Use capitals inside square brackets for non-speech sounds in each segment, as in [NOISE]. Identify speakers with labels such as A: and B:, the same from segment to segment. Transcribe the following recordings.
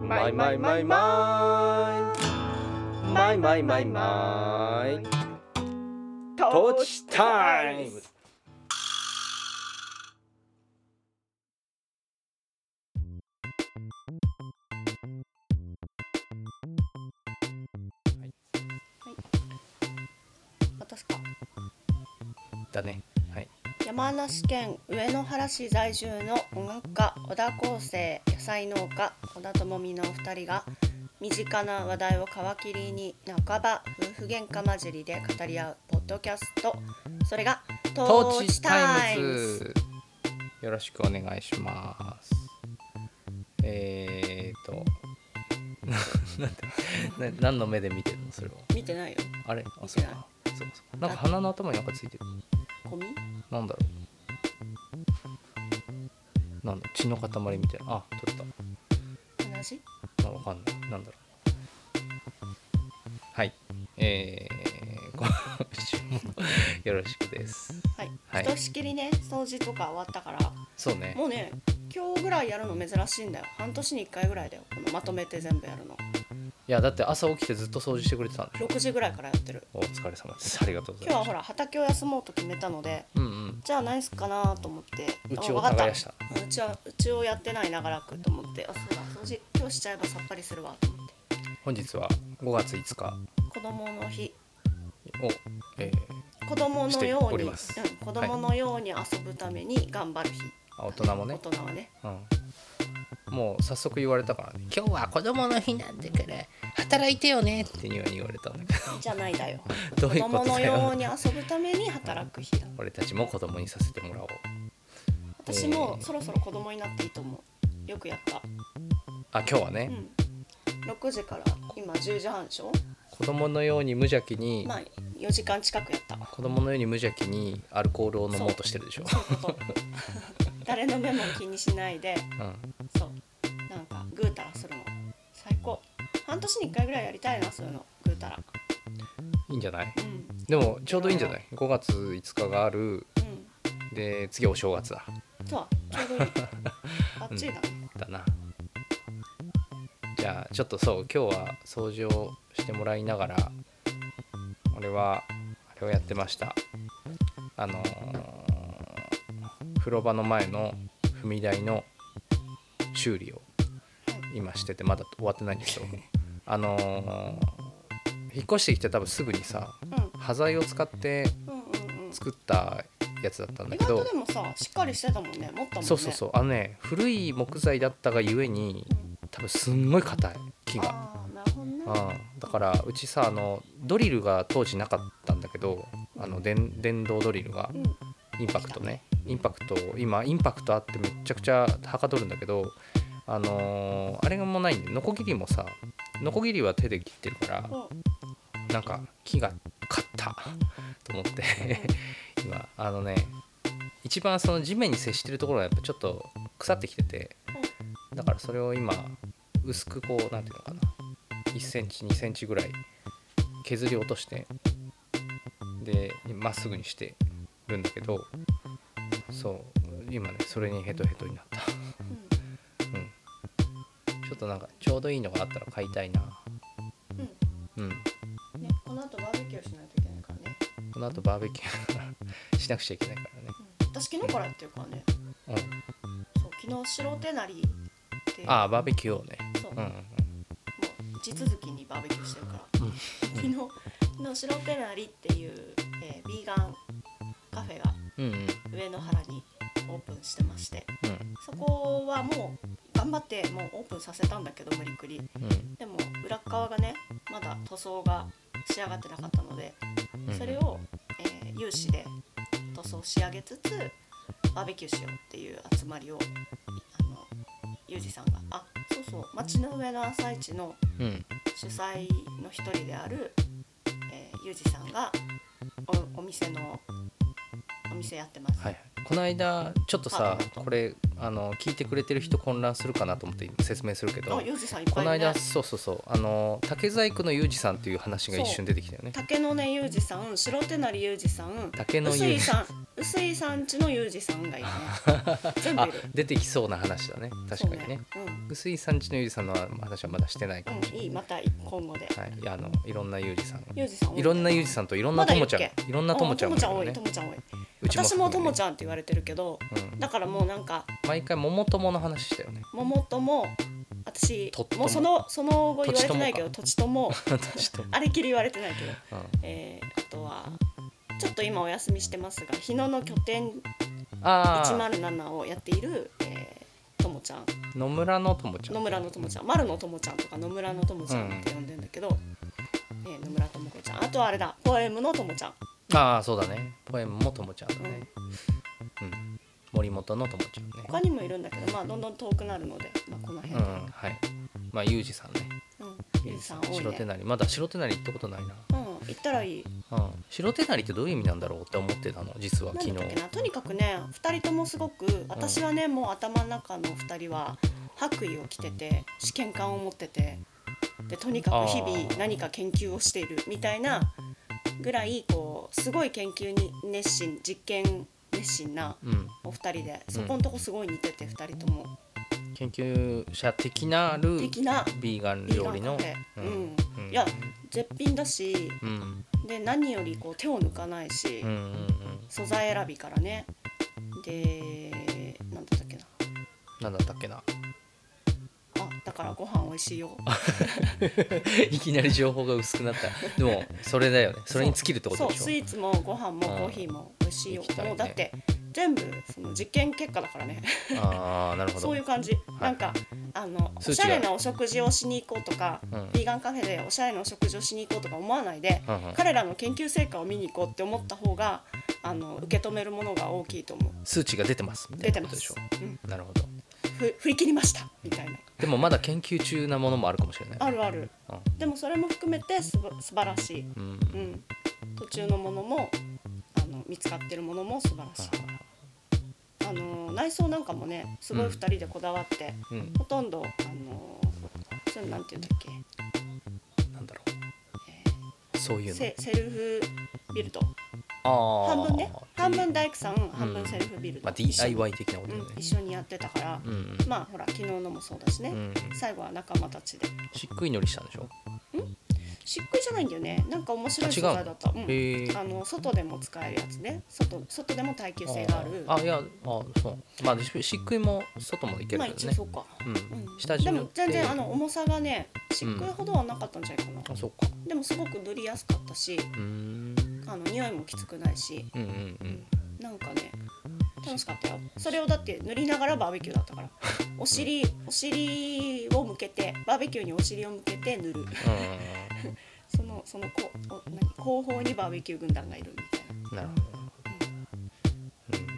A: マイマイマイマイマイマイマイマイトーチタイム
B: 私か
A: だねはい
B: 山梨県上野原市在住の音楽家小田康生野菜農家小田智美のお二人が身近な話題を皮切りに半ば夫婦喧嘩混じりで語り合うポッドキャストそれが「
A: ト
B: ト
A: ー
B: ー
A: チ
B: チ
A: タ
B: タ
A: イ
B: イ
A: ム
B: ム
A: ズ
B: ズ
A: よろしくお願いしますえー、っと [LAUGHS] ななんでな何の目で見てるのそれは」
B: 見てないよ
A: あれあそうかそうかそうかなんか鼻の頭になんかついてる
B: ゴミ
A: なんだろうなんだ血の塊みたいなあ取れ
B: 同じ
A: たあわかんないなんだろうはいえー、今週もよろしくです
B: はい、
A: はい
B: ひとしきりね掃除とか終わったから
A: そうね
B: もうね今日ぐらいやるの珍しいんだよ半年に1回ぐらいだよこのまとめて全部やるの
A: いやだって朝起きてずっと掃除してくれてたんでしょ
B: 6時ぐらいからやってる
A: お疲れ様ですありがとうござい
B: 今日
A: ま
B: は
A: す
B: ほら畑を休もうと決めたので
A: うんうん
B: じゃあ何すっかなと思って
A: うちを
B: あわかった
A: 耕した
B: うちはうちをやってない長らくと思ってあそうだ掃除今日しちゃえばさっぱりするわと思って
A: 本日は5月5日
B: 子供の日
A: を、え
B: 子供のよ
A: して
B: う
A: おり
B: に、うん、
A: ます
B: 子供のように遊ぶために頑張る日、
A: ーあ大人もね、
B: 大人はね
A: うん、もう早速言われたからね「今日は子供の日なんだから働いてよね」ってには言われたんだけ
B: じゃない
A: [LAUGHS]
B: だよ
A: どどう
B: [LAUGHS] 子
A: いうこ
B: 供
A: と
B: の
A: だ
B: よう
A: よ
B: に遊ぶために働く日だ
A: 俺たちも子供にさせてもらおう
B: 私もそろそろ子供になっていいと思うよくやった
A: あ今日は
B: う
A: ね、
B: ん6時から今10時半でしょ
A: 子供のように無邪気に、
B: まあ4時間近く
A: [LAUGHS]
B: やった
A: 子供のように無邪気にアルコールを飲もうとしてるでしょ
B: そういうこと誰の目も気にしないで
A: うん
B: そうなんかぐうたらするの最高半年に1回ぐらいやりたいなそういうのぐうたら
A: いいんじゃない
B: うんう
A: でもちょうどいいんじゃない5月5日がある
B: ん
A: で次お正月だ
B: そうちょう
A: [LAUGHS]
B: どいいバッチリだね、
A: だなじゃあちょっとそう今日は掃除をしてもらいながら俺はあれをやってましたあのー風呂場の前の踏み台の修理を今しててまだ終わってないんです
B: [LAUGHS]
A: よあのー引っ越してきて多分すぐにさ端材を使って
B: うん、うんうんうん
A: 作ったやつだったんだ
B: 意
A: け
B: 外
A: ど
B: とでもさしっかりしてたもんね持ったもんね
A: そうそうそうあのね古い木材だったがゆえに
B: うん
A: 多分すんごい硬い木が、
B: ああなるほどね
A: うん、だからうちさあのドリルが当時なかったんだけどあの電電動ドリルが
B: うん
A: インパクトねインパクト今インパクトあってめちゃくちゃはかどるんだけどあのーあれがもうないんでノコギリもさノコギリは手で切ってるから
B: そう
A: なんか木が勝ったと思って今あのね一番その地面に接してるところがやっぱちょっと腐ってきててだからそれを今薄くこうなんていうのかな1センチ2センチぐらい削り落としてでまっすぐにしてるんだけどそう今ねそれにヘトヘトになったうんちょっとなんかちょうどいいのがあったら買いたいな
B: うん
A: う
B: うん
A: ん
B: ね、この後バーベキューしないといけないからね、
A: この後バーベキュー [LAUGHS] しなくちゃいけないからね
B: うん、私昨日からやってるからね
A: うん、
B: そう昨日白手なりって
A: ああバーベキューをね、
B: そう、
A: うんう
B: も
A: んう、
B: うん地続きにバーベキューしてるから、
A: うん
B: 昨日昨日白手なりっていう、えー、ビーガンカフェが
A: うんうん
B: 上野原にオープンしてましてそこはもう頑張ってもうオープンさせたんだけど無理くり
A: うん
B: でも裏っ側がねまだ塗装が仕上がってなかったので
A: うん
B: それを、えー有志で塗装仕上げつつバーベキューしようっていう集まりをあのユージさんがあそうそう町の上の朝市の
A: うん
B: 主催の一人である、えー、ユージさんがおお店のお店やってます、
A: はいはいこの間ちょっとさ
B: はい
A: これあの聞いてくれてる人混乱するかなと思って説明するけど
B: あ、ユージさんいっぱ
A: こ
B: い
A: の
B: いる
A: 間
B: ね。
A: そうそうそうあの竹細工のユージさんっていう話が一瞬出てきたよね
B: 竹野根ユージさん、白手成ユージさん、
A: 竹の
B: 薄
A: ユー
B: 井
A: ジ
B: さん、薄井さんちのユージさんがいるね。
A: [LAUGHS]
B: 全部い
A: あ
B: る。
A: 出てきそうな話だね確かにね
B: そうね。
A: 薄井さんちのユージさんの話はまだしてないか
B: うん、
A: も
B: う
A: し
B: ん、
A: れ
B: いい、また今後で。
A: ない,、はい、いやあのいろんなユージさん
B: ユージさん多いね。
A: いろんなユージさんといろんな
B: まだ
A: と
B: いる
A: も
B: っ
A: ちゃん
B: け
A: いろんなともちゃん
B: う
A: も
B: とも
A: い
B: ちゃん
A: る
B: 多
A: よ
B: い、
A: ね
B: ともちゃん多い。
A: うちも
B: 私もともち
A: ゃ
B: ゃんって言われてるけど、
A: ん、うん、
B: だからもうなんか
A: 毎回桃友の話したよね
B: 桃とも私
A: とっとも
B: もうそのその後言われてないけど土地とも
A: 私と、
B: あれっきり言われてないけど、
A: うん、
B: えー、あとはちょっと今お休みしてますが日野の拠点
A: ああ
B: 107をやっている、えー、ともちゃん
A: 野村のともちゃん
B: 野村のともちゃん丸のともちゃんとか野村のともちゃんって呼んでんだけど、えー野村ともこちゃんあとはあれだポエムのともちゃん
A: ああそうだねポエムもともちゃんだね、うん森本のともちゃんね
B: 他にもいるんだけどまあどんどん遠くなるので、まあ、この
A: う
B: 辺で、
A: んはいまあユージさんね
B: うんゆうさん多い
A: 白手
B: ね
A: なりまだ白手なり行ったことない
B: うん行ったらいい
A: な、うん、白手なりってどういう意味なんだろうって思ってたの実は
B: な
A: 昨
B: ん
A: 日
B: だっけなとにかくね2人ともすごく私はね、もう頭の中の2人は白衣を着てて試験管を持っててでとにかく日
A: あ
B: 々
A: ー
B: 何か研究をしているみたいなぐらいこうすごい研究に熱心実験熱心な
A: うん
B: お二人でそこのとこすごい似てて2人とも
A: 研究者的なる
B: 的な
A: ビーガン
B: ビー
A: 料
B: ガ
A: 理
B: ン
A: の
B: カフェ、うん
A: うん
B: いや絶品だし
A: うん
B: で何よりこう手を抜かないし、
A: うんうんうん
B: 素材選びからねで何だったっけな
A: なんだったっけな
B: あだからご飯美味しいよ
A: いきなり情報が薄くなったでもそれだよねそれに尽きるってこと
B: そう
A: でしょ
B: スイーツもご飯も
A: うん
B: コーヒーも美味しいよ、
A: 行きたいね
B: もうだって全部その実験結果だからね
A: ああなるほど
B: そういう感じ、なんかあのお
A: 数値
B: し
A: が
B: ゃれなお食事をしに行こうとか、
A: うん
B: ビーガンカフェでおしゃれなお食事をしに行こうとか思わないで、
A: うんうん
B: 彼らの研究成果を見に行こうって思った方があの受け止めるものが大きいと思う
A: 数値が出てますみた
B: 出
A: い
B: て
A: なこ
B: ま
A: とでし
B: す
A: ょ、
B: うん、
A: なるほど
B: ふ振り切りましたみたいな
A: でもまだ研究中なものもあるかもしれない
B: あるあるでもそれも含めてすば素晴らしい
A: うん、うん
B: うん、途中のものもあの見つかってるものも素晴らしいあの内装なんかもねすごい
A: うん
B: 2人でこだわって、
A: うん、
B: ほとんどあのそれなんて言うんだっけ、
A: なんだろうそう
B: え
A: い
B: ー
A: うの
B: セセルフビルド
A: ああ
B: 半分ね半分大工さん半
A: う
B: 分
A: ん
B: セルフビルド、
A: まあ、
B: 一緒に
A: DIY 的なことだよ
B: うん、
A: ね
B: 一緒にやってたから、
A: うん、うん
B: まあほら昨日のもそうだしね、
A: うん、
B: 最後は仲間たちで
A: しっくいのりしたんでしょ、
B: 漆喰じゃないんだよねなんか面白い素材だったうん
A: へえ
B: あの外でも使えるやつね外外でも耐久性がある
A: あいやあそうまあししっくいも外もいける
B: まあ
A: けど
B: 一応
A: ね
B: そうか
A: うん
B: うん
A: 下地
B: で
A: 塗っ
B: も
A: て
B: 全然あの重さがね漆喰ほどはなかったんじゃないかな、
A: あそうか
B: でもすごく塗りやすかったし
A: うーん
B: あの匂いもきつくないし、
A: うんうんう
B: うんん、なんかね楽しかったよそれをだって塗りながらバーベキュー
A: [LAUGHS]
B: だったからお尻お尻を向けてバーベキューにお尻を向けて塗る
A: う
B: そのそのこお何後方にバーベキュー軍団がいるみ
A: ん
B: たい
A: なるほど、うん、
B: な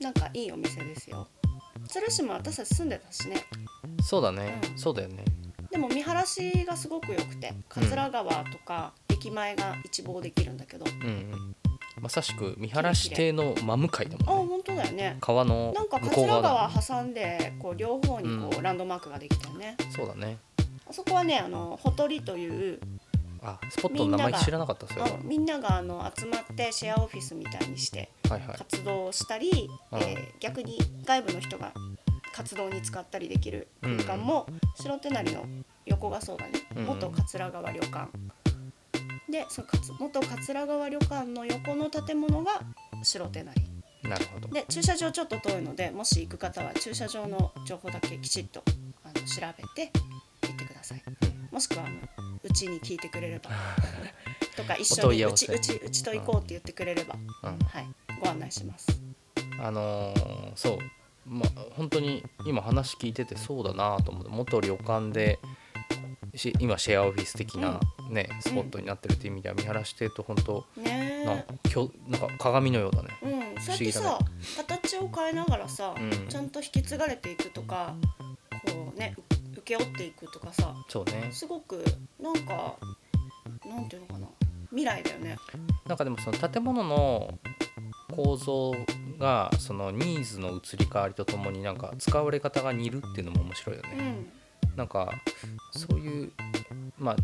B: なんかいいお店ですよ鶴島私たち住んでたしね
A: そうだね、
B: うん
A: そうだよね
B: でも見晴らしがすごく良くて桂川とか駅前が一望できるんだけど、
A: うんうんまさしく見晴らし邸の真向かいだ
B: あ
A: もんね
B: 本当だよね
A: 川の
B: なんか
A: 向こう
B: 桂
A: 側だ
B: 川挟んでこう両方にこ
A: う
B: うランドマークができてるね、
A: そうだね
B: あそこはねあのほとりという
A: あスポットの名
B: みんな
A: 前
B: が
A: 知らなかったそれ
B: あ
A: は
B: のみんながあの集まってシェアオフィスみたいにして
A: はいはい
B: 活動をしたり、
A: うん
B: えー逆に外部の人が活動に使ったりできる空間も、白手成の横がそうだね、
A: うん
B: 元桂川旅館でそのかつ元桂川旅館の横の建物が白手成
A: なるほど
B: で駐車場ちょっと遠いのでもし行く方は駐車場の情報だけきちっとあの調べて行ってくださいもしくはあのうちに聞いてくれればとか一
A: お
B: 緒
A: 問い
B: に
A: 合
B: う
A: わ
B: ち
A: せ
B: うちうちと行こうって言ってくれれば、
A: うんうん
B: はい、ご案内します
A: [LAUGHS] あのーそうまあ本当に今話聞いててそうだなと思って元旅館でし今シェアオフィス的な、ねスポットになってるっていう意味では見晴らし邸と本当
B: ね
A: なん
B: え
A: かきょなんか鏡のようだね
B: うん、そうやっ
A: 不思議
B: て
A: だ
B: さ、形を変えながらさ、
A: うん
B: ちゃんと引き継がれていくとかこうねう請け負っていくとかさ
A: そうね
B: すごくなんかなんていうのかな未来だよね
A: なんかでもその建物の構造がそのニーズの移り変わりとともになんか使われ方が似るっていうのも面白いよ
B: う
A: ね。
B: ん
A: なんかそういうまあ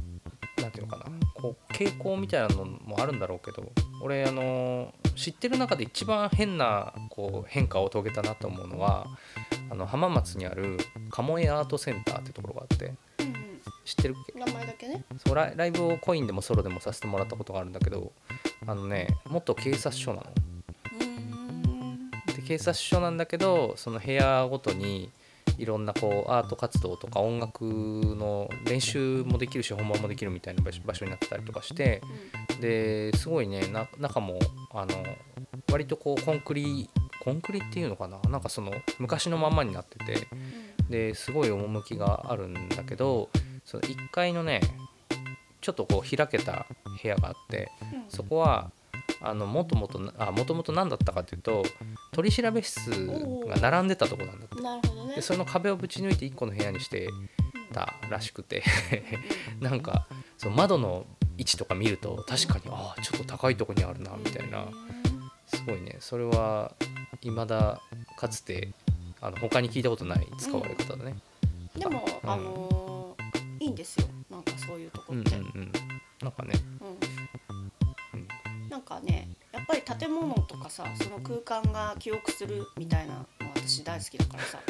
A: なんていうのかなこう傾向みたいなのもあるんだろうけど俺あの知ってる中で一番変なこう変化を遂げたなと思うのはあの浜松にある鴨江アートセンターってところがあって
B: うん
A: 知ってるっけ
B: うん名前だけね
A: そうライライブをコインでもソロでもさせてもらったことがあるんだけどあのね元警察署なの。
B: うーん
A: で警察署なんだけどその部屋ごとにいろんなこうアート活動とか音楽の練習もできるし本番もできるみたいな場所場所になってたりとかしてですごいねな中もあの割とこうコンクリコンクリっていうのかななんかその昔のまんまになってて
B: うん
A: ですごい趣があるんだけどその1階のねちょっとこう開けた部屋があって
B: うんうん
A: そこはあのもともとあもともと何だったかというと取り調べ室が並んでたとこなんだって
B: なるほどね
A: でその壁をぶち抜いて1個の部屋にしてたらしくて [LAUGHS] なんかその窓の位置とか見ると確かにああちょっと高いとこにあるなみたいなすごいねそれは未だかつてあの他に聞いたことない使われ方だね。
B: うんでも
A: うん
B: あのーいいんですよなんかそういうとこ
A: うんう
B: っ
A: ん
B: て
A: うん、なんかね、
B: うん
A: うん
B: なんかねやっぱり建物とかさその空間が記憶するみたいなの私大好きだからさ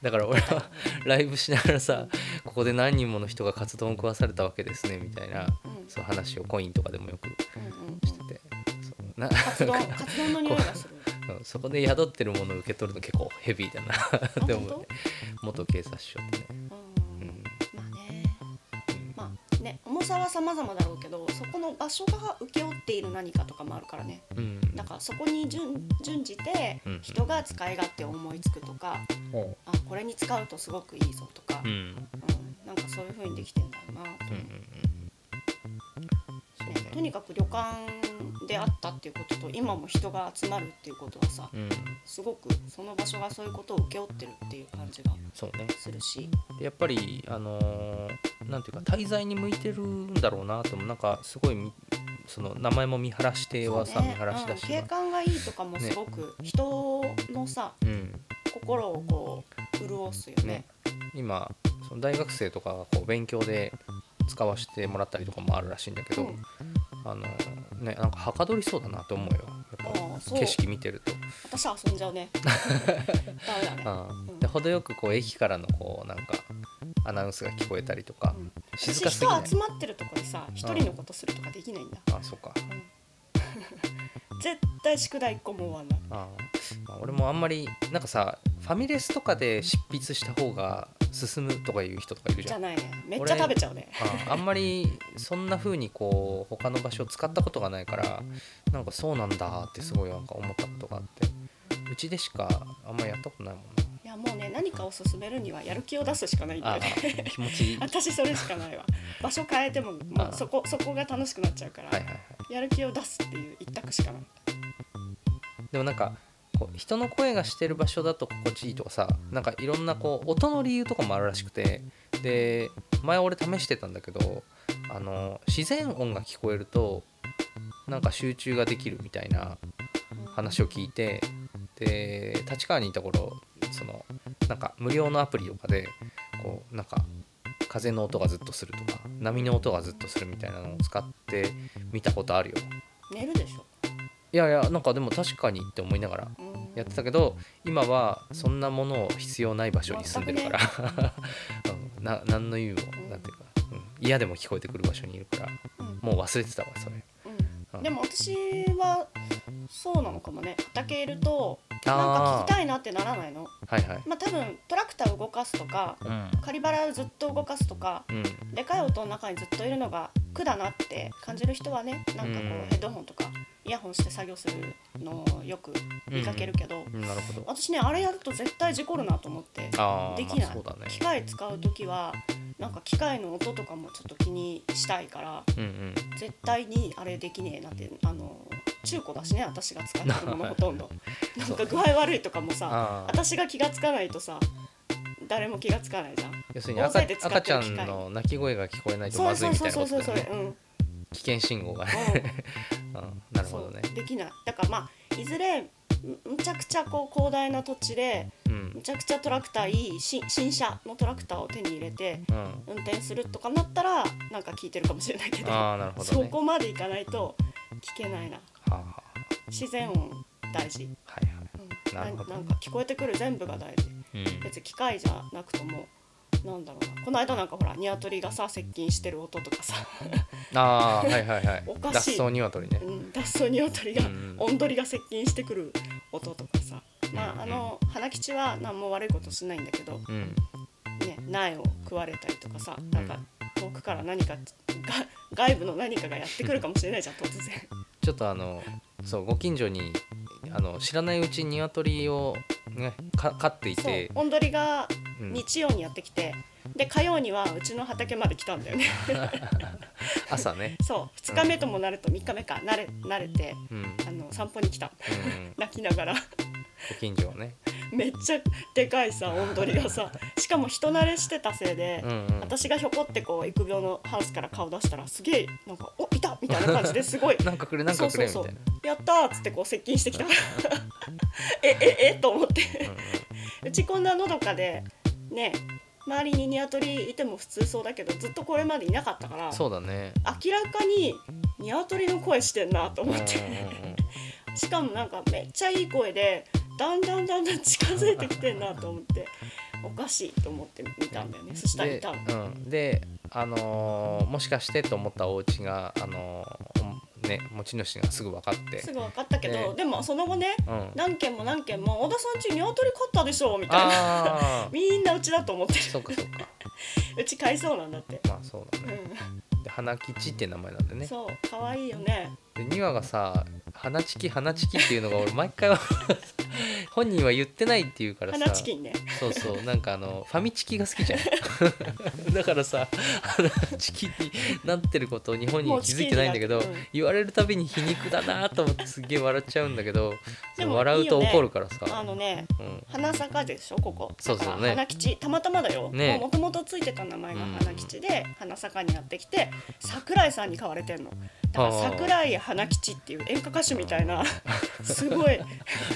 A: だから俺はライブしながらさここで何人もの人がカツ丼を食わされたわけですねみたいな
B: うんうん
A: そう話をコインとかでもよく
B: うんうん
A: しててそうな
B: カツ丼カツ丼の匂いがする
A: [LAUGHS] うんそこで宿ってるものを受け取るの結構ヘビーだなって思うね元警察署ってね、
B: う
A: うんん
B: まあねまあね重さは様々だろうけどそこの場所が請け負っている何かとかもあるからね
A: うんうん、
B: だからそこに準準じて
A: うん
B: 人が使い勝手を思いつくとか
A: ほ
B: あこれに使うとすごくいいぞとか
A: う、うんうん
B: うん、なんかそういう風にできてんだろうな
A: うんう
B: と
A: ん
B: 思
A: そう
B: ね
A: ね
B: とにかく旅館であったっていうことと今も人が集まるっていうことはさ
A: うん
B: すごくその場所がそういうことを請け負ってるっていう感じが
A: そうね
B: するし、
A: でやっぱりあのーなんていうか滞在に向いてるんだろうなと思うなんかすごいみその名前も見晴らし亭はさ、見
B: ね
A: 晴らし
B: うん
A: だし、
B: 景観がいいとかもすごく人のさ
A: うん、
B: 心をこう潤すよね
A: ね。今その大学生とかがこう勉強で使わせてもらったりとかもあるらしいんだけど、
B: うん
A: あのねなんかはかどりそうだなと思うよやっぱ
B: ああそう
A: 景色見てると。
B: 私は遊んじゃ
A: [LAUGHS]
B: うね。ダメだね。
A: うん、で程よくこう駅からのこうなんかアナウンスが聞こえたりとか、
B: うん
A: 静
B: 私
A: かすぎな
B: 人
A: い
B: 集まってるとこでさ一人のことするとかできないんだ。
A: あそうか
B: 絶対宿題一個も終わんない。
A: あー、まあ、俺もあんまりなんかさファミレスとかで執筆した方が進むとかいう人とかいるじ
B: じ
A: ゃ
B: ゃ
A: ん
B: ないね。めっちゃ食べちゃうね。
A: ああんまりそんな風にこう他の場所を使ったことがないからなんかそうなんだってすごいなんか思ったことがあってうちでしかあんまりやったことないもん
B: いやもうね何かを進めるにはやる気を出すしかないん
A: な
B: だ
A: あ
B: よね。
A: ー気持ちい
B: [LAUGHS]
A: いはい
B: 私それしかないわ場所変えてもも
A: あ
B: うそこそこが楽しくなっちゃうから、
A: はいはい
B: やる気を出すっていう一択しかない
A: でもなんかこう人の声がしてる場所だと心地いいとかさなんかいろんなこう音の理由とかもあるらしくてで前俺試してたんだけどあの自然音が聞こえるとなんか集中ができるみたいな話を聞いてで立川にいた頃そのなんか無料のアプリとかでこうなんか風の音がずっとするとか波の音がずっとするみたいなのを使って見たことあるよ
B: 寝るでしょ、
A: いやいやなんかでも確かにって思いながら
B: うん
A: やってたけど今はそんなものを必要ない場所に住んでるから [LAUGHS] うんな何の意味もなんていうか、うん嫌でも聞こえてくる場所にいるから
B: うん
A: もう忘れてたわそれ
B: う、
A: うんん
B: でも私はそうなのかもね畑いるとなんか聞きたいなってならないの
A: あーはいはい
B: まあ多分トラクターを動かすとかカリバラをずっと動かすとか
A: うん、うん、
B: でかい音の中にずっといるのが苦だなって感じる人はねなんかこ
A: うん
B: うヘッドホンとかイヤホンして作業するのをよく見かけるけど、
A: うんなるほど
B: 私ねあれやると絶対事故るなと思って
A: あー
B: できない、
A: まあそうだね
B: 機械使う時はなんか機械の音とかもちょっと気にしたいから
A: うんうん
B: 絶対にあれできねえなってあの中古だしね私が使ってる
A: [LAUGHS]
B: ものほとんどなんか具合悪いとかもさ
A: あー
B: 私が気がつかないとさ誰も気がつかないじゃん
A: 要するに
B: 大
A: 赤
B: 勢で使って
A: 赤
B: る
A: ちゃ
B: 機
A: ん
B: 械
A: の泣き声が聞こえないと
B: そ
A: ま
B: う
A: ずい
B: そう
A: みた
B: そう
A: いな
B: そ
A: こと
B: うそう
A: だよ
B: そ
A: [LAUGHS]
B: う
A: ね
B: うん
A: 危険信号がね、
B: うん
A: うん、なるほどね
B: そうできないだからまあいずれむむちゃくちゃこう広大な土地で
A: うん
B: むちゃくちゃトラクターいいし新車のトラクターを手に入れて
A: うん
B: 運転するとかなったらなんか聞いてるかもしれないけど
A: ああなるほど
B: そ
A: ね
B: こまでいかないと聞けないな
A: はあはあ
B: 自然音大事、
A: はいはい
B: うん、
A: なるほど
B: んか聞こえてくる全部が大事
A: うん
B: 別に機械じゃなくともなんだろうなこの間なんかほらニワトリがさ接近してる音とかさ、
A: ああーはいはいはい
B: おかしい
A: 脱走鶏ね
B: うん、脱走ニワトリが、
A: うん
B: オンドリが接近してくる音とかさま
A: うん
B: ああの花吉は何も悪いことしないんだけど、
A: うん
B: ね、苗を食われたりとかさなんか遠くから何かが外部の何かがやってくるかもしれないじゃん突然。
A: ちょっとあのそうご近所にあの知らないうちに鶏をねか飼ってい
B: そう
A: て
B: オンドリが
A: うん
B: 日曜にやってきて、で火曜にはうちの畑まで来たんだよね
A: 朝ね
B: そう2日目ともなると3日目か慣れ慣れて
A: うんうん
B: あの散歩に来た泣きながら
A: ご近所をね
B: めっちゃでかいさオンドリがさしかも人慣れしてたせいで
A: う、んうん
B: 私がひょこってこう育苗のハウスから顔出したらすげえなんか「おいた!」みたいな感じですごい
A: [LAUGHS] なんかくれなんかくれみた
B: そ
A: いう
B: そう
A: な
B: そやったーっつってこう接近して
A: [LAUGHS]
B: きたからえええと思ってうちこんなのどかでね周りにニワトリいても普通そうだけどずっとこれまでいなかったから
A: うんそうだね
B: 明らかにニワトリの声してんなと
A: うん
B: 思
A: うん
B: って [LAUGHS]
A: うん
B: しかもなんかめっちゃいい声でだんだんだんだん近づいてきてんなと思っておかしいと思って見たんだよねそしたらい
A: で
B: たの、
A: うん、であのーもしかしてと思ったお家があのーほんね持ち主がすぐ分かって
B: すぐ分かったけど、
A: ね
B: でもその後ね
A: うん
B: 何件も何件も「小田さんちニワトリ飼ったでしょ」みたいな [LAUGHS]
A: ああ
B: みんなうちだと思って
A: そうかそうか
B: るうち飼いそうなんだって、
A: まあそうだねで花吉って名前なんで
B: うん、
A: ね
B: そう可愛いよね
A: で2話がさ「花チキ花チキ」っていうのが俺毎回 [LAUGHS] 本人は言ってないっていうからさ
B: 花チキンね
A: そうそうなんかあのファミチキが好きじゃ
B: [LAUGHS]
A: んだからさ花チキになってることを日本には気づいてないんだけど、
B: もうチキンになって
A: 言われるたびに皮肉だなと思ってすげえ笑っちゃうんだけど
B: でも
A: 笑うと怒るからさ
B: あのね
A: うん、
B: 花坂でしょここ
A: そうそうね
B: だから花吉たまたまだよ
A: ね
B: もともとついてた名前が
A: うん
B: 花吉で、花坂にやってきて桜井さんに買われてんのだから
A: あー
B: 桜井花吉っていう演歌歌手みた
A: [LAUGHS]
B: いなすごい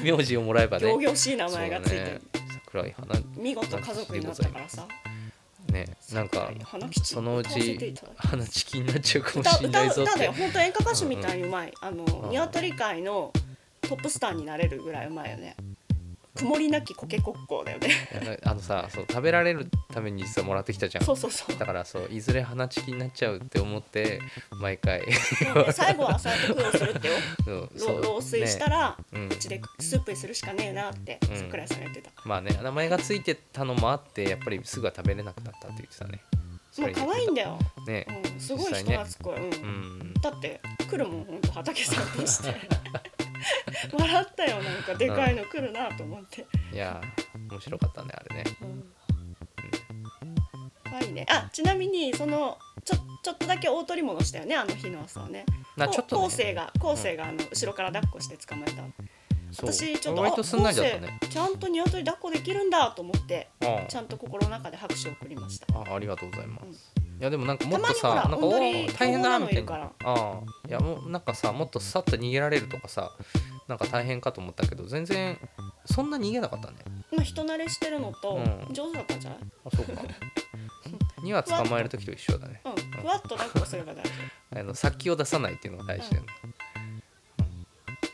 A: 名字をもらえばね
B: 仰々しい名前がついて
A: そう
B: る、
A: だね桜井花
B: 見事家族になったからさ
A: ねなんか
B: 桜井花吉
A: そのう
B: 歌わせて
A: ち
B: いただきます
A: 花チキになっちゃうかも
B: 歌
A: しれ
B: 歌
A: な
B: う
A: いぞ
B: 歌
A: っ
B: だよ
A: て
B: 本当演歌歌手みたいにうまい、あの
A: うん
B: ニワトリ界のトップスターになれるぐらいうまいよね曇りなきコケコッコーだよね
A: あのさそう食べられるために実はもらってきたじゃん
B: そうそうそう
A: だからそういずれ花チキになっちゃうって思って毎回
B: なんで最後はそうやって苦労するってよ
A: [LAUGHS] そう
B: 老
A: そう
B: 老衰したら、
A: ねうん
B: うちでスープにするしかねえなって
A: うん
B: 桜井さんが言ってた、
A: まあね名前がついてたのもあってやっぱりすぐは食べれなくなったって言ってたねそ
B: も
A: れ
B: う
A: に
B: 可愛いんだよ、
A: ね
B: うん、すごい人懐っこい、う
A: うんん
B: だって来るもんほんと畑散歩して
A: [LAUGHS]
B: 笑ったよなんかでかいの来るなと思って、
A: いやー面白かったねあれね
B: 可愛いねあちなみにそのちょちょっとだけ大取り物したよねあの日の朝はね
A: な
B: こ
A: ちょっとね
B: 昴生が昴生があの後ろから抱っこして捕まえた
A: そう
B: 私ちょっとあ
A: 割とすんなりだったね
B: 昴生ちゃんとニワトリ抱っこできるんだと思って
A: あ
B: ちゃんと心の中で拍手を送りました
A: あありがとうございます、いやでもなんかも
B: た
A: っ
B: ま
A: と
B: にほ
A: さな
B: ら
A: んかお
B: 踊り
A: ー大変だ
B: 踊
A: みたい
B: りの
A: な
B: がいる
A: ああいやもうなんかさもっとさっと逃げられるとかさなんか大変かと思ったけど全然そんな逃げなかったね
B: 今人慣れしてるのと
A: うん
B: 上手だったんじゃない
A: あそう
B: [LAUGHS]
A: かには捕まえる時と一緒だね
B: うんふわっと抱っこすれば大丈
A: あの先を出さないっていうのが大事だよね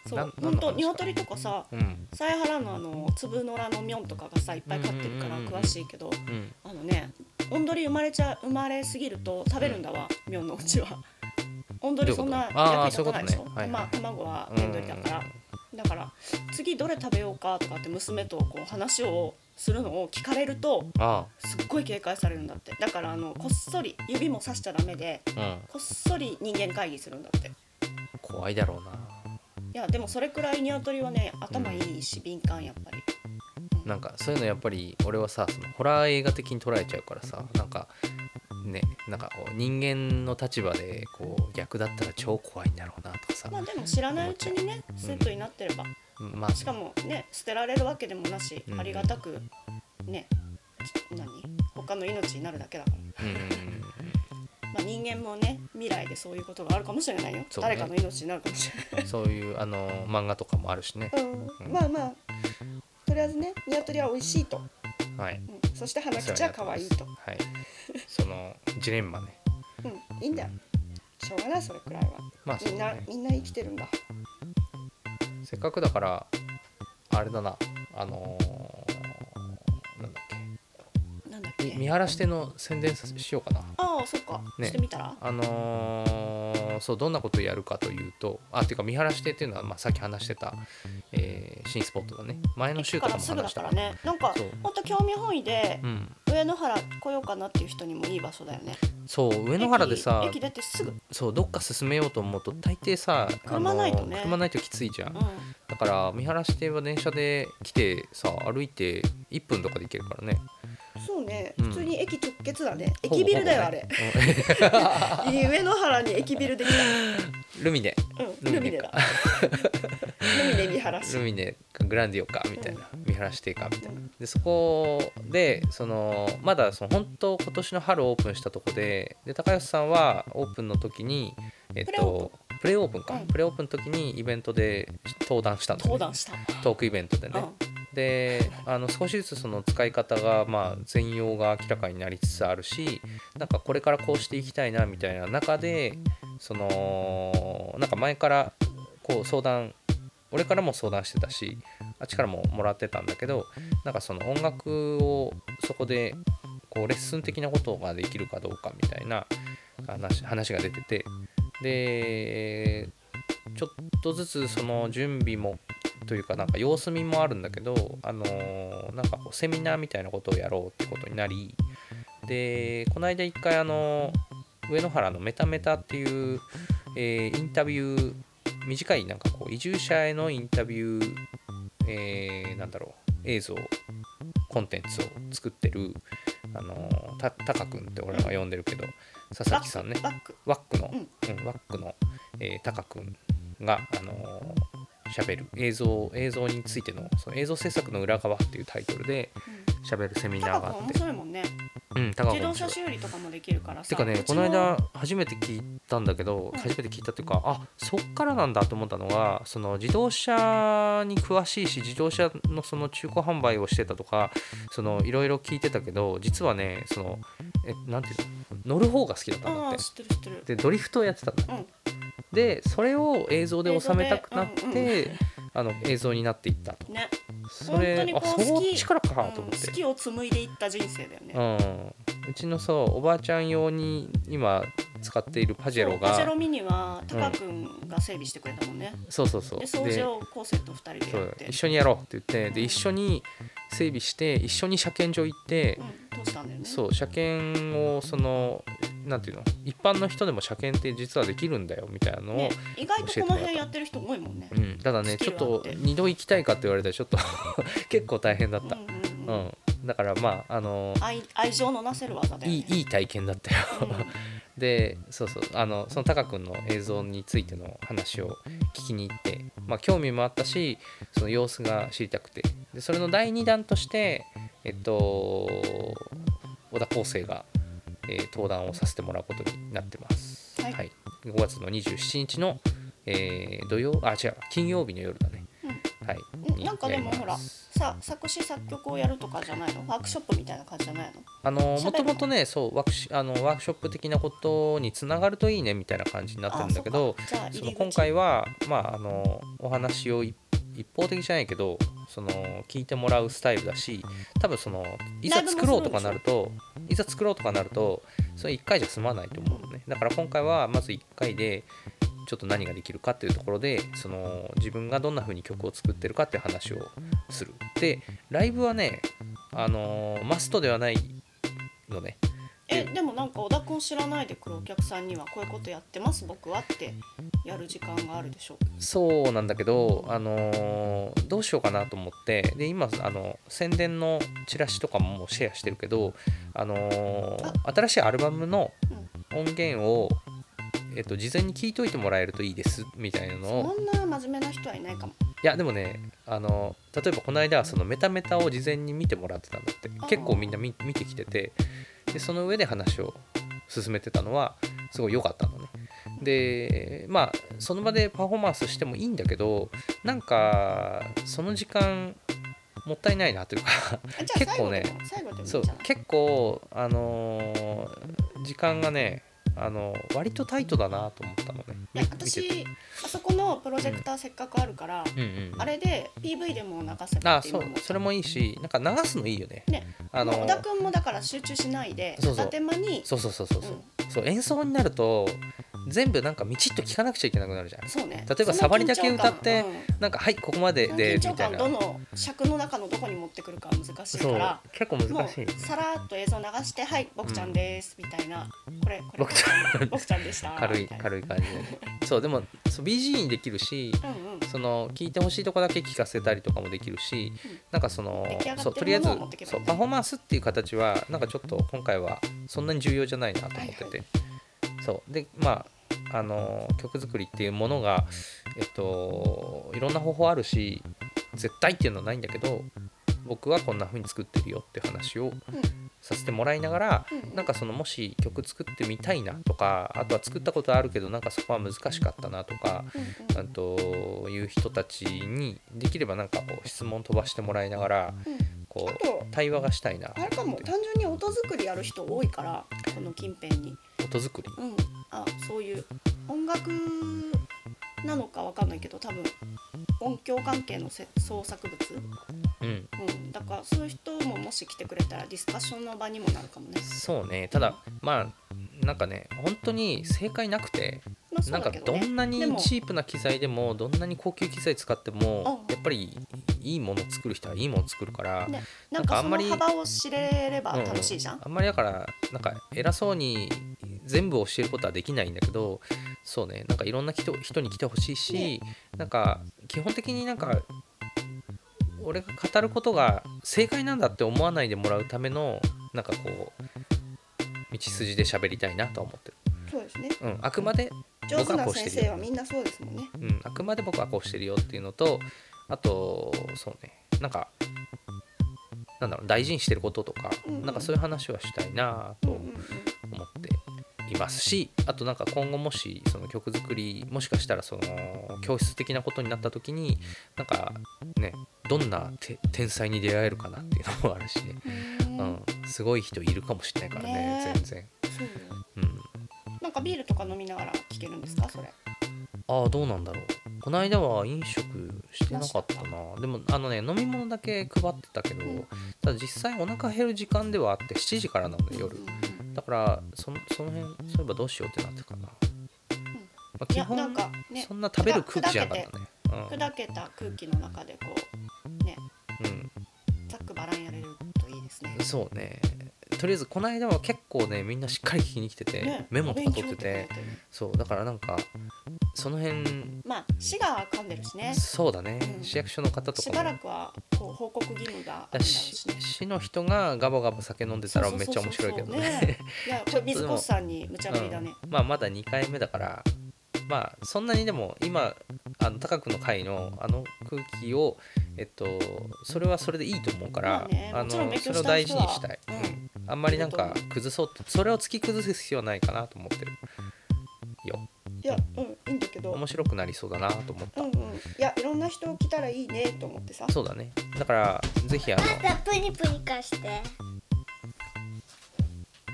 B: 夫そ
A: な
B: う
A: 何の
B: 本当
A: 話か
B: ニワトリとかさ
A: うん
B: 犀原のあの粒のらのミョンとかがさいっぱい飼ってるから
A: うんうんうんうん
B: 詳しいけど
A: うん
B: あのね、オンドリ生まれちゃ生まれすぎると食べるんだわ、ミョンのうちは。オンドリそんな
A: どういうことあー
B: 役に立たないでしょ。
A: そういうことねはい
B: ま
A: は
B: あ
A: い
B: 卵はエンドリだから。だから次どれ食べようかとかって娘とこう話をするのを聞かれると
A: あ
B: すっごい警戒されるんだって。だからあのこっそり指もさしちゃダメで
A: あうん
B: こっそり人間会議するんだって。い
A: 怖いだろうな
B: やでもそれくらいニワトリはね頭いいし敏感やっぱり。
A: なんかそういうのやっぱり俺はさそのホラー映画的に捉えちゃうからさなんかねなんかこう人間の立場でこう逆だったら超怖いんだろうなとかさ
B: まあでも知らないうちにねセットになってれば
A: まあ
B: しかもね捨てられるわけでもなし、
A: うん
B: ありがたくねち何他の命になるだけだか
A: うんうんうん
B: らまあ、人間もね未来でそういうことがあるかもしれないよ、
A: そうね
B: 誰かの命になるかもし
A: そういうあの漫画とかもあるしね
B: れない、うん、まあまあとりあえずねニワトリは美味しいと、
A: はい
B: うん、そして花吉は可愛いと、
A: はいそのジレンマね
B: うん、いいんだよしょうがないそれくらいは
A: まあそ
B: み
A: うんだ
B: な
A: ね
B: みんな生きてるんだ
A: せっかくだからあれだなあのーなんだっ
B: なんだっ
A: け
B: け
A: み見晴らし手の宣伝さしようかな
B: ああそっか、
A: ね
B: してみたら
A: あのーそうどんなことをやるかというとあっていうか見晴らし手っていうのは、まあ、さっき話してた、えー新スポットだね前の週
B: 駅
A: と
B: か
A: からも
B: すぐだ
A: 話し
B: か
A: た
B: らねなんか
A: そう
B: ほんと興味本位で
A: うん、
B: 上野原来ようかなっていう人にもいい場所だよね
A: そう上野原でさ
B: 駅駅出てすぐ、うん、
A: そうどっか進めようと思うと大抵さ
B: 車ないとね
A: あの車ないときついじゃんだから見晴らし亭は電車で来てさ歩いて1分とかで行けるからね
B: そうね
A: うん
B: 普通に駅直結だね、
A: ほぼ
B: 駅ビルだよあ
A: ほぼ
B: れ
A: ね、うん
B: いい上野原に駅ビルでき
A: ルミネ
B: た、うん、
A: ルミ
B: ルミ
A: ネ
B: ネ
A: か
B: だルミネ見晴らし
A: ルミネかグランディオかみたいな見晴らし亭かみたいな
B: うん
A: でそこでそのまだその本当今年の春オープンしたとこでで高吉さんはオープンの時にえっ
B: プレオ
A: とプレオープンか、
B: うん
A: プレオープンの時にイベントで登壇したんだよ
B: 登
A: ね
B: 壇した、
A: トークイベントで
B: う
A: ね
B: ん、
A: であの少しずつその使い方が、まあ、全容が明らかになりつつあるしなんかこれからこうしていきたいなみたいな中でそのなんか前からこう相談俺からも相談してたしあっちからももらってたんだけどなんかその音楽をそこでこうレッスン的なことができるかどうかみたいな話話が出ててでちょっとずつその準備もというかなんか様子見もあるんだけど、あのーなんかこうセミナーみたいなことをやろうってことになりでこの間一回あの上野原のメタメタっていう、えーインタビュー短いなんかこう移住者へのインタビュー、えーなんだろう映像コンテンツを作ってる、あのーたタカ君って俺らが呼んでるけど佐々木さんね
B: バック
A: ワックの、
B: うん
A: うんワックの、えー、タカ君が、あのー、しゃべる映像映像についてのその映像制作の裏側っていうタイトルでしゃべるセミナー
B: 高
A: があ
B: く
A: っ
B: 面
A: て、
B: 白いもんね
A: うん、タカ
B: 自
A: 君
B: 動車修理とかもできるからさ
A: てかね
B: うち
A: この間初めて聞いたんだけど、
B: うん
A: 初めて聞いたっていうかあそっからなんだと思ったのがその自動車に詳しいし自動車のその中古販売をしてたとかそのいろいろ聞いてたけど実はねそのえなんていうの乗る方が好きだったんだ
B: あ
A: っ
B: あ
A: て。
B: 知ってる知ってる
A: でドリフトをやってたんだ、
B: うん
A: でそれを映像で収めたくなって
B: 映像で
A: あの映像になっていったと
B: ね
A: それ
B: 本当にこう
A: あそ
B: 好
A: っ
B: き
A: ちからかと
B: うん
A: 思
B: 好
A: って、
B: きを紡いでいった人生だよね
A: う。んうちのそうおばあちゃん用に今使っているパジェロ
B: そうパジェ
A: が
B: ロミニはタカ君が整備してくれたもんね。
A: そうそうそう
B: で掃
A: で
B: 除をコーセット二人で
A: そ
B: やっ
A: う
B: て、
A: 一緒にやろうって言ってで
B: うん
A: 一緒に整備して一緒に車検場行って、
B: うん、通したんだよね。
A: そう車検をそのなんていうの一般の人でも車検って実はできるんだよみたいなのを、
B: ね、意外とこの辺やってる人多いもんね
A: う。ん、ただね
B: ス
A: ち
B: キ
A: ょっ
B: ルはあっ
A: と
B: て
A: 2度行きたいかって言われたらちょっと [LAUGHS] 結構大変だっ
B: うん
A: た、
B: うん
A: う
B: うんん。
A: だからまああの
B: 愛愛情のなせる技だよね。
A: いいいい体験だったよ [LAUGHS] でそうそうあのそのタカ君の映像についての話を聞きに行って、まあ、興味もあったしその様子が知りたくてでそれの第2弾としてえっと小田康生が、えー登壇をさせてもらうことになってます、
B: はい
A: 5月の27日の、えー土曜あ違う金曜日の夜だね
B: うんうん
A: はい
B: うん、なんかでもほらさ作詞作曲をやるとかじゃないのワークショップみたいな感じじゃないの
A: あの
B: 喋る
A: もともとねそうワークシあのワークショップ的なことにつながるといいねみたいな感じになってるんだけど
B: あそうかじゃあ
A: そ
B: 入
A: の
B: り口
A: 今回はまああのお話をい一方的じゃないけどその聞いてもらうスタイルだし多分そのいざ作ろうとかなるといざ作ろうとかなるとそれ1回じゃ済まないと思うのねだから今回はまず1回でちょっと何ができるかっていうところでその自分がどんな風に曲を作ってるかっていう話をするでライブはねあのーマストではないのね
B: えでもなんか小田君知らないで来るお客さんにはこういうことやってます僕はってやる時間があるでしょ
A: そうなんだけど、あのーどうしようかなと思ってで今あの宣伝のチラシとかももうシェアしてるけど、あのー新しいアルバムの音源を、えっと、事前に聞いといてもらえるといいですみたいなのを
B: そんな真面目な人はいないかも
A: いやでもねあの例えばこの間そのメタメタを事前に見てもらってたんだって
B: あー
A: 結構みんな見見てきててでその上で話を進めてたのはすごい良かったのね。でまあその場でパフォーマンスしてもいいんだけどなんかその時間もったいないなという
B: [LAUGHS]
A: か
B: あじゃあ
A: 結構ね
B: 最後でも最後でもいいんじ
A: そう
B: ゃない
A: 結構あのー時間がねあの割とタイトだなと思ったのね。み
B: いや
A: 見てて
B: 私あそこのプロジェクターせっかくあるから、
A: うんうんうん
B: あれで PV でも流せば
A: あ
B: って
A: そ
B: 今
A: う
B: 思っ
A: それもいいしなんか流すのいいよね。
B: たね
A: あの
B: もう小田君もだから集中しないで
A: そうそう
B: 片手間に
A: そうそうそうそうそう,、
B: う
A: そう演奏になると全部なんかみちっと聞かなくちゃいけなくなるじゃん。
B: そうね
A: 例えば
B: その緊張感
A: サバリだけ歌って
B: うん
A: なんかはいここまで
B: その
A: で
B: 緊
A: み
B: 張
A: たい
B: 感
A: な
B: どの尺の中のどこに持ってくるか難しいか
A: そう
B: ら
A: 結構
B: も
A: 難しいう
B: さらっと映像流して「はい僕ちゃんです」みたいな「これこれ
A: 僕ちゃん
B: 僕ちゃんでした」
A: 軽い
B: みたい
A: 軽い感じでそうでもそう BG にできるし
B: なうんうん
A: その聞いてほしいとこだけ聞かせたりとかもできるし、
B: うん
A: なんかその
B: 出来上がってる
A: そうとりあえず
B: ものを持ってけばいい
A: そうパフォーマンスっていう形はなんかちょっと今回はそんなに重要じゃないなと思ってて、
B: はいは
A: そうでまああの曲作りっていうものがえっといろんな方法あるし絶対っていうのはないんだけど僕はこんな風に作ってるよって話をさせてもらいながら、
B: うん
A: なんかそのもし曲作ってみたいなとかあとは作ったことあるけどなんかそこは難しかったなとか、
B: うんうん
A: あという人たちにできればなんかこう質問飛ばしてもらいながら
B: うん
A: こ
B: あと
A: う対話がしたいな
B: あれかも単純に音作りやる人多いからこの近辺に、
A: 音作り
B: うん、あそういう音楽なのかわかんないけど多分音響関係のせ創作物、
A: うん
B: うん、だからそういう人ももし来てくれたらディスカッションの場にもなるかもね。
A: そうねただまあなんかね本当に正解なくて
B: まあ、そ
A: な
B: うんだ
A: か
B: けど
A: ど
B: ね
A: んなに
B: でも
A: チープな機材でもどんなに高級機材使っても
B: うん
A: やっぱりいいもの作る人はいいもの作るから
B: ね、なんか
A: なんかあ
B: そ
A: んま
B: の
A: り
B: 幅を知れれば
A: うん
B: 楽しいじゃん。
A: あんまりだからなんか偉そうに全部教えることはできないんだけどそうねなんかいろんな人人に来てほしいし、
B: ね
A: なんか基本的になんか俺が語ることが正解なんだって思わないでもらうためのなんかこう道筋で喋りたいなとは思ってる、
B: そうですね。
A: うん、あくまで
B: 上手
A: 僕は
B: な
A: こうして
B: 先
A: るよ
B: 生はみんなそうですもんね。
A: うん、あくまで僕はこうしてるよっていうのとあとそうねなんかなんだろう大事にしてることとか、
B: うん
A: なんかそういう話はしたいな
B: う
A: と
B: んうんうん。
A: 思っていますしあとなんか今後もしその曲作りもしかしたらその教室的なことになった時になんかねどんなて天才に出会えるかなっていうのもあるしね、
B: う
A: う
B: ーん
A: ん、すごい人いるかもしれないからね
B: ね
A: 全然、
B: そうね
A: うん、
B: なんかビールとか飲みながら聞けるんですかそれ。
A: ああどうなんだろうこの間は飲食してなかったなでもあのね飲み物だけ配ってたけど、
B: うん
A: ただ実際お腹減る時間ではあって7時からなので夜
B: うんうん
A: だからそのその辺そういえばどうしようってなってるかな、まあ
B: い
A: 基
B: や
A: 本
B: なんかね
A: そんな食べる空気じゃなかったね
B: 砕けた空気の中でこうね
A: うん、
B: ざっくばらんやれるといいですね
A: うん、。そうねとりあえずこの間は結構ねみんなしっかり聞きに来てて、
B: ね
A: メモとか取っ
B: お
A: て
B: 勉強とかや
A: て
B: るね
A: そうだからなんかその辺
B: まあ市が噛んでるしね。
A: そうだね、
B: うん
A: 市役所の方とか
B: し
A: も
B: ばらくはこう報告義務があるんだろう
A: だし
B: しね。
A: 市の人がガバガバ酒飲んでたらめっちゃ面白いけどね
B: そうそうそうそうねいやこれ水
A: ちょっとでも
B: 越さんに無茶ぶりだね。
A: [LAUGHS] うんまあまだ2回目だからまあそんなにでも今あの高くの会のあの空気をえっとそれはそれでいいと思うから、
B: まあねもちろん
A: の
B: 勉強
A: そ
B: し
A: れを
B: たい
A: 大
B: 人
A: 事
B: は
A: にしたい、うんあんまりなん
B: いい
A: か
B: と
A: 崩そうとそれを突き崩す必要はないかなと思ってるよ
B: いやうんいいんだけど。
A: 面白くなりそうだなと思っ
B: うんうん。いやいろんな人来たらいいねと思ってさ
A: た。そうだねだからぜひあの
C: パパプニプニ化して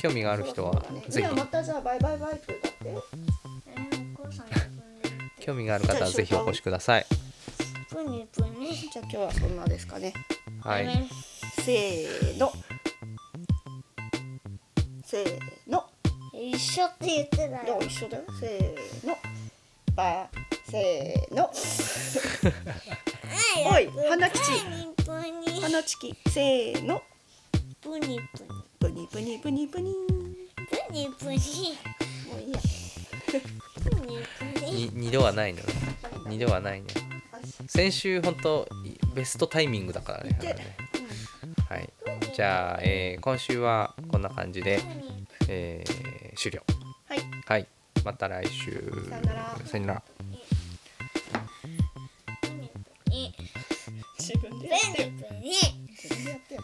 A: 興味がある人
B: そ
A: は
B: ろそろだね
A: ぜ
B: いやま
A: ひ
B: たじゃあバイバイバイって歌って。
C: えーお母さんがプ
A: 興味がある方はぜひお越しください
C: ニプニ
B: じゃあ今日はこんなですかね。
A: はい
B: せーの。せーの。
C: 一緒って言ってた
B: いや
C: よ
B: 一緒だよ。せーの。ばせーの。おい花吉
C: プニプニ
B: 花チキせーの。
C: プニプ
B: プニプニプニプニ。
C: ニプニプニ
B: もういいや。
C: プニプニ
A: に二度はないのね二度はないね先週本当ベストタイミングだからねあれねはいじゃあ、えー今週はこんな感じで、えー終了
B: はい。
A: はいまた来週
B: さよなら
A: さよなら
C: プニプニ
B: 自分で
C: プニプニ
B: 自分でやってよ。